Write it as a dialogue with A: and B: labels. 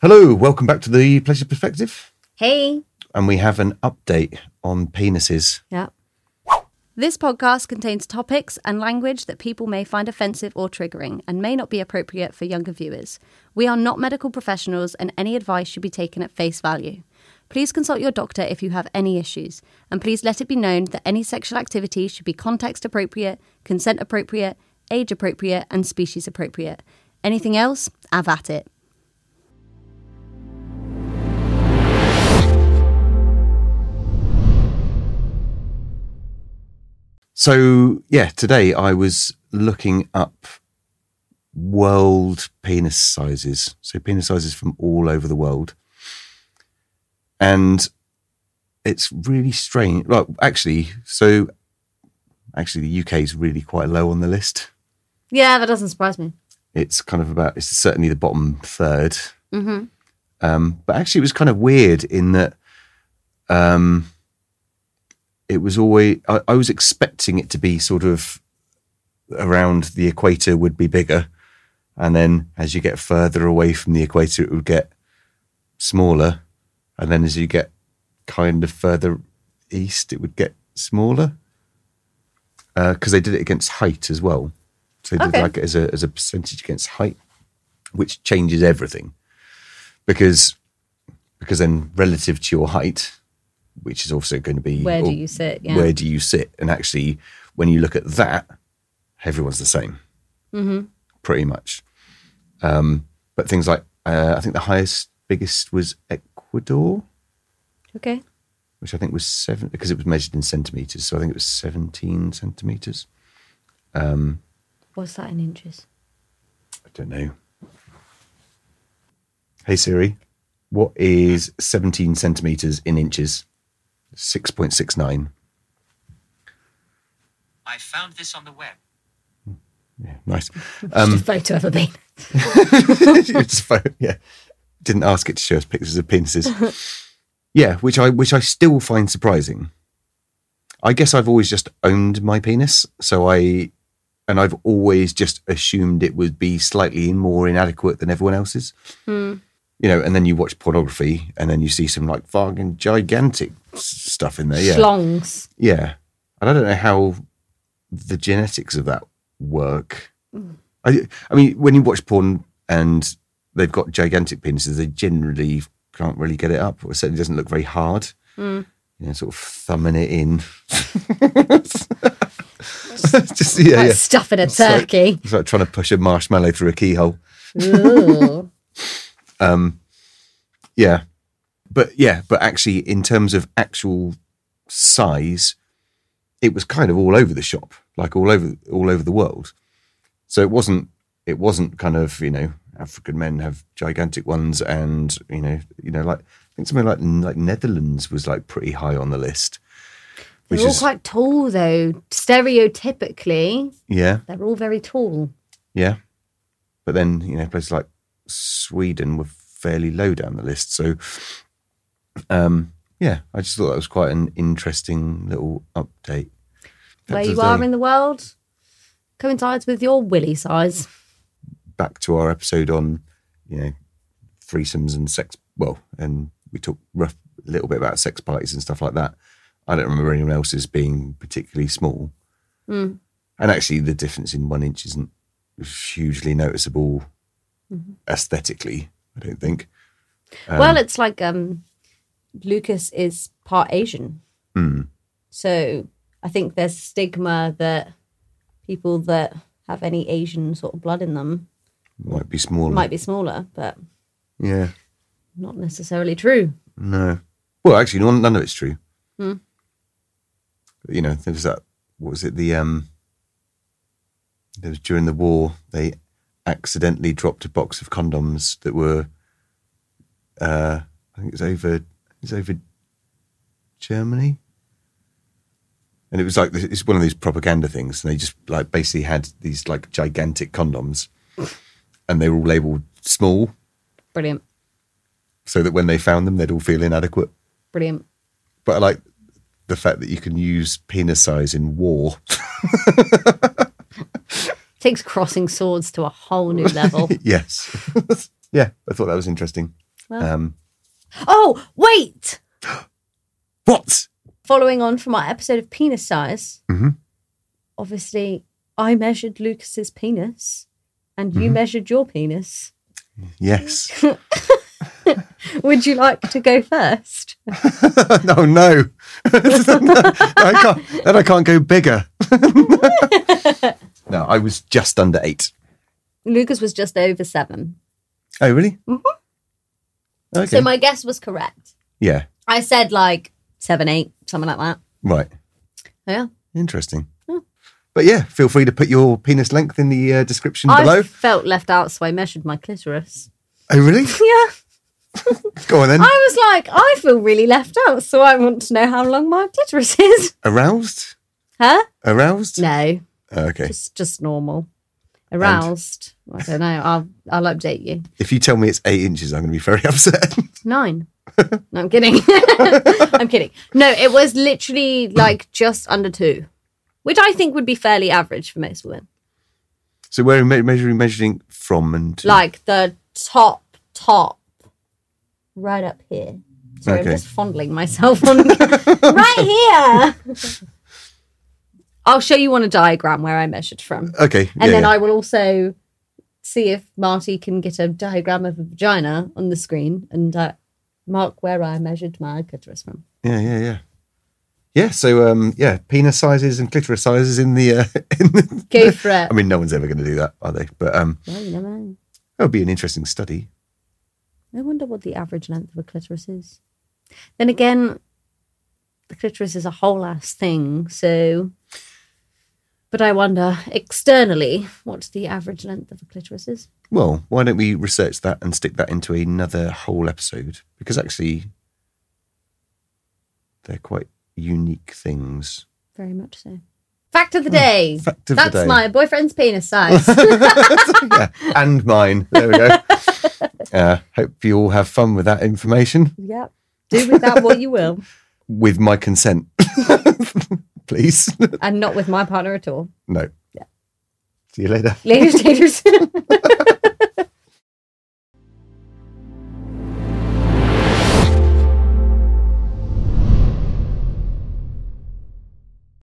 A: Hello, welcome back to the Pleasure Perspective.
B: Hey.
A: And we have an update on penises.
B: Yeah. This podcast contains topics and language that people may find offensive or triggering and may not be appropriate for younger viewers. We are not medical professionals and any advice should be taken at face value. Please consult your doctor if you have any issues, and please let it be known that any sexual activity should be context appropriate, consent appropriate, age appropriate, and species appropriate. Anything else, have at it.
A: So, yeah, today I was looking up world penis sizes. So, penis sizes from all over the world. And it's really strange. Like, actually, so actually, the UK is really quite low on the list.
B: Yeah, that doesn't surprise me.
A: It's kind of about, it's certainly the bottom third.
B: Mm-hmm.
A: Um, but actually, it was kind of weird in that um, it was always, I, I was expecting it to be sort of around the equator would be bigger. And then as you get further away from the equator, it would get smaller. And then as you get kind of further east, it would get smaller. Because they did it against height as well. So they did
B: Okay.
A: like it as a, as a percentage against height, which changes everything. Because because then relative to your height, which is also going to be
B: Where do
A: or
B: you sit, yeah.
A: Where do you sit? And actually, when you look at that, everyone's the same,
B: Mm-hmm.
A: pretty much. Um, but things like uh, I think the highest, biggest was Ecuador,
B: Okay.
A: which I think was seven because it was measured in centimeters. So I think it was seventeen centimeters.
B: What's that in inches?
A: I don't know. Hey Siri, what is 17 centimeters in inches? 6.69.
C: I found this on the web.
A: Yeah, nice.
B: Just a photo of a bean.
A: It's fo- yeah. Didn't ask it to show us pictures of penises. yeah, which I which I still find surprising. I guess I've always just owned my penis, so I and I've always just assumed it would be slightly more inadequate than everyone else's. You know, and then you watch pornography and then you see some like fucking gigantic s- stuff in there. Yeah.
B: Schlongs.
A: Yeah. And I don't know how the genetics of that work. I, I mean, when you watch porn and they've got gigantic penises, they generally can't really get it up, or it certainly doesn't look very hard. You know, sort of thumbing it in. Just, yeah,
B: like
A: yeah.
B: stuffing a
A: like-
B: turkey.
A: It's like trying to push a marshmallow through a keyhole.
B: Ooh.
A: Yeah. But yeah, but actually, in terms of actual size, it was kind of all over the shop, like all over all over the world. So it wasn't it wasn't kind of you know African men have gigantic ones, and you know you know like I think something like like Netherlands was like pretty high on the list, which
B: They're all
A: is
B: quite tall, though. Stereotypically,
A: yeah
B: they're all very tall.
A: yeah. But then you know places like Sweden were fairly low down the list, so um, yeah, I just thought that was quite an interesting little update. That
B: Where
A: was
B: you
A: the-
B: are in the world coincides with your willy size.
A: back to our episode on you know threesomes and sex well and we talked rough a little bit about sex parties and stuff like that i don't remember anyone else's being particularly small
B: Mm.
A: and actually the difference in one inch isn't hugely noticeable aesthetically i don't think Um,
B: well, it's like um, Lucas is part Asian.
A: mm,
B: So I think there's stigma that people that have any Asian sort of blood in them
A: might be smaller
B: might be smaller, but
A: yeah
B: not necessarily true.
A: No. Well, actually, none, none of it's true.
B: Hmm.
A: You know, there was that. What was it? The um. There was during the war they accidentally dropped a box of condoms that were. Uh, I think it was over. It was over. Germany. And it was like it's one of these propaganda things, and they just like basically had these like gigantic condoms, and they were all labelled small,
B: Brilliant.
A: so that when they found them, they'd all feel inadequate.
B: Brilliant.
A: but I like the fact that you can use penis size in war.
B: Takes crossing swords to a whole new level.
A: yes. yeah, I thought that was interesting.
B: Well.
A: Um,
B: Oh, wait!
A: what?
B: Following on from our episode of penis size,
A: Mhm.
B: obviously I measured Lucas's penis and
A: Mm-hmm.
B: you measured your penis.
A: Yes.
B: Would you like to go first?
A: no, Oh, no. I can't, then I can't go bigger. no, I was just under eight.
B: Lucas was just over seven.
A: Oh, really?
B: Mhm.
A: Okay.
B: Mm-hmm. So my guess was correct.
A: yeah.
B: I said like seven, eight, something like that.
A: Right.
B: Yeah.
A: Interesting.
B: Hmm.
A: But yeah, feel free to put your penis length in the uh, description
B: I
A: below.
B: felt left out, so I measured my clitoris.
A: Oh, really?
B: Yeah.
A: Go on then.
B: I was like, I feel really left out, so I want to know how long my clitoris is.
A: Aroused?
B: Huh?
A: Aroused?
B: No,
A: Oh, okay.
B: just just normal. Aroused. I don't know. I'll I'll update you.
A: If you tell me it's eight inches, I'm going to be very upset.
B: Nine. no, I'm kidding. I'm kidding. No, it was literally like just under two, which I think would be fairly average for most women.
A: so where are we me- measuring, measuring from and to?
B: Like the top, top, right up here. Sorry,
A: Okay.
B: I'm just fondling myself on right here. I'll show you on a diagram where I measured from.
A: Okay.
B: And
A: yeah,
B: then
A: yeah.
B: I will also see if Marty can get a diagram of a vagina on the screen and uh, mark where I measured my clitoris from.
A: Yeah, yeah, yeah. Yeah, so um, yeah, penis sizes and clitoris sizes in the. Uh, in the
B: Go for it.
A: I mean, no one's ever going to do that, are they? But um,
B: Well, you never know.
A: that would be an interesting study.
B: I wonder what the average length of a clitoris is. Then again, the clitoris is a whole ass thing, so. But I wonder externally what the average length of a clitoris is.
A: Well, why don't we research that and stick that into another whole episode? Because actually, they're quite unique things.
B: Very much so. Fact of the day.
A: Oh, fact of the
B: That's
A: day.
B: my boyfriend's penis size.
A: yeah, and mine. There we go. Uh, hope you all have fun with that information.
B: yep. Do with that what you will.
A: With my consent, please.
B: and not with my partner at all.
A: no. Yeah. See you later.
B: Later, taters.